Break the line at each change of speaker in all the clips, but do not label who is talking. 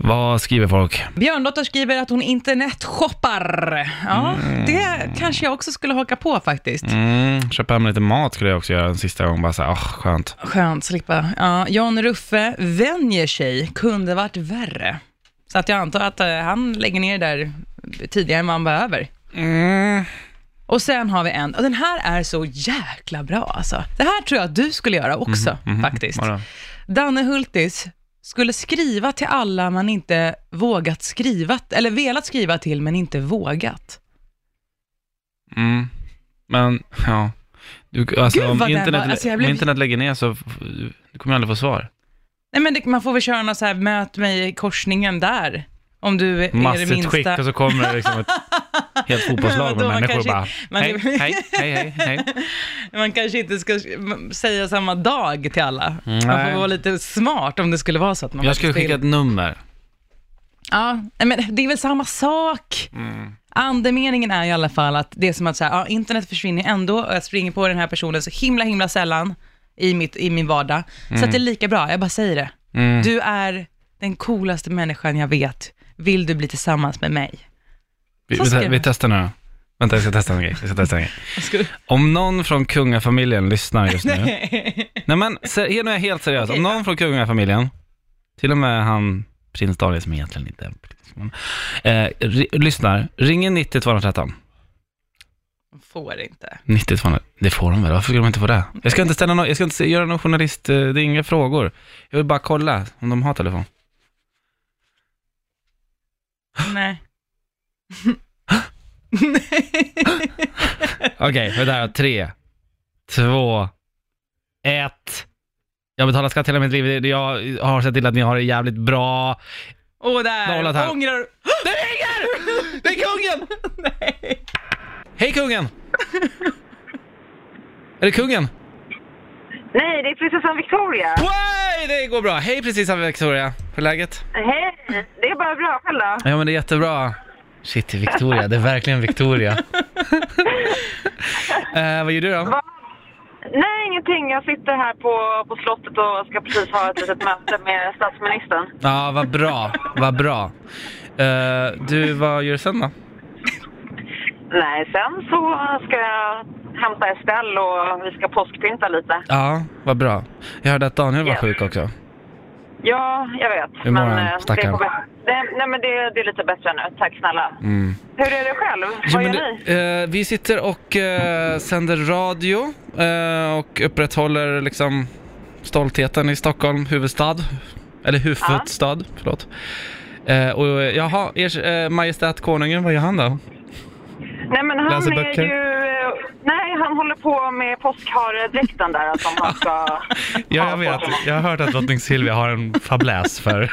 Vad skriver folk?
Björndotter skriver att hon internetshoppar. Ja, det kanske jag också skulle haka på faktiskt.
Mm, köpa hem lite mat skulle jag också göra en sista gång. Bara så här, åh, skönt.
Skönt, slippa. Ja, John Ruffe vänjer sig, kunde varit värre. Så att jag antar att eh, han lägger ner det där tidigare än vad han behöver. Och sen har vi en, och den här är så jäkla bra alltså. Det här tror jag att du skulle göra också faktiskt.
Vadå?
Danne Hultis skulle skriva till alla man inte vågat skriva, eller velat skriva till men inte vågat.
Mm. Men, ja. Du, alltså,
Gud,
om,
vad den
internet,
var- alltså, jag blev-
om internet lägger ner så f- du kommer jag aldrig få svar.
Nej men det, man får väl köra något så här, möt mig i korsningen där. Om du är det
Massigt
minsta...
skick och så kommer det liksom ett helt fotbollslag med
Vadå, man
människor och bara,
kanske- man-
hej, hej, hej, hej, hej.
Man kanske inte ska mm, säga samma dag till alla. Man
Nej.
får vara lite smart om det skulle vara så att man
Jag skulle
faktiskt
skicka
vill.
ett nummer.
Ja, nej, men det är väl samma sak.
Mm.
Andemeningen är i alla fall att det är som att så här, ja, internet försvinner ändå och jag springer på den här personen så himla, himla sällan i, mitt, i min vardag. Så att det är lika bra, jag bara säger det.
Mm.
Du är den coolaste människan jag vet. Vill du bli tillsammans med mig?
Vi,
Så
vi, te-
skriver
vi
jag.
testar nu. Vänta, jag ska testa en grej. Jag ska testa en grej.
Ska du-
Om någon från kungafamiljen lyssnar just nu. Nej men, ser, nu är jag helt seriös. Om någon från kungafamiljen, till och med han prins Daniel som egentligen inte är en prins, men, eh, ri, lyssnar, ringer 90 213.
Får inte.
90 200. Det får de väl? Varför skulle de inte få det? Jag ska inte ställa någon, jag ska inte se- göra någon journalist, eh, det är inga frågor. Jag vill bara kolla om de har telefon.
Nej.
Okej, okay, där Tre, två, ett. Jag betalar skatt hela mitt liv. Jag har sett till att ni har det jävligt bra.
Och
Behålla
där
tand.
ångrar
Det ringer! Det är kungen!
Nej.
Hej kungen! Är det kungen?
Nej, det är prinsessan Victoria.
Way! Det går bra. Hej precis Victoria. Hur är läget?
Hej, det är bara bra. Själv då?
Ja men det är jättebra. Shit, Victoria. Det är verkligen Victoria. eh, vad gör du då?
Va? Nej, ingenting. Jag sitter här på, på slottet och ska precis ha ett litet möte med statsministern.
Ja, vad bra. Vad bra. Eh, du, vad gör du sen då?
Nej, sen så ska jag hämta Estelle och vi ska påskpynta lite.
Ja, vad bra. Jag hörde att Daniel var
Ja.
sjuk också.
Ja, jag vet.
Hur mår han,
eh, det,
stackarn?
går bättre. det, nej, men det, det är lite bättre nu. Tack snälla.
Mm.
Hur är det själv?
Ja,
Vad gör
men
ni?
det- eh, vi sitter och eh, sänder radio eh, och upprätthåller liksom stoltheten i Stockholm huvudstad. Eller huvudstad, förlåt. Eh, och eh, jaha, er eh, majestät konungen, vad gör han då?
Nej, men han
läser
är
böcker?
ju... eh, Nej, han håller på med påskharedräkten där som han ska...
Ja,
ha
jag
på
vet.
sig.
Jag har hört att drottning Silvia har en fabläs för...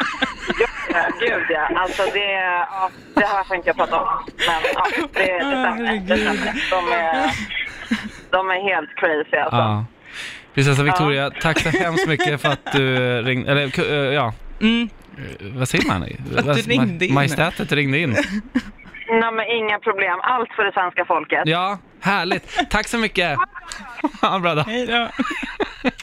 Ja, gud ja. Alltså det, ja, det här får inte jag prata om. Men ja, det, det stämmer. Det stämmer. De, är, de är helt crazy alltså.
Ja. Prinsessa Victoria, tack så hemskt mycket för att du ringde, eller ku- eh, ja,
Mm.
Eh, vad säger man?
att du ringde in.
Majestätet ringde in.
Nej, men inga problem. Allt för det svenska folket.
Ja, härligt. Tack så mycket. Ha en bra dag.
Hej då.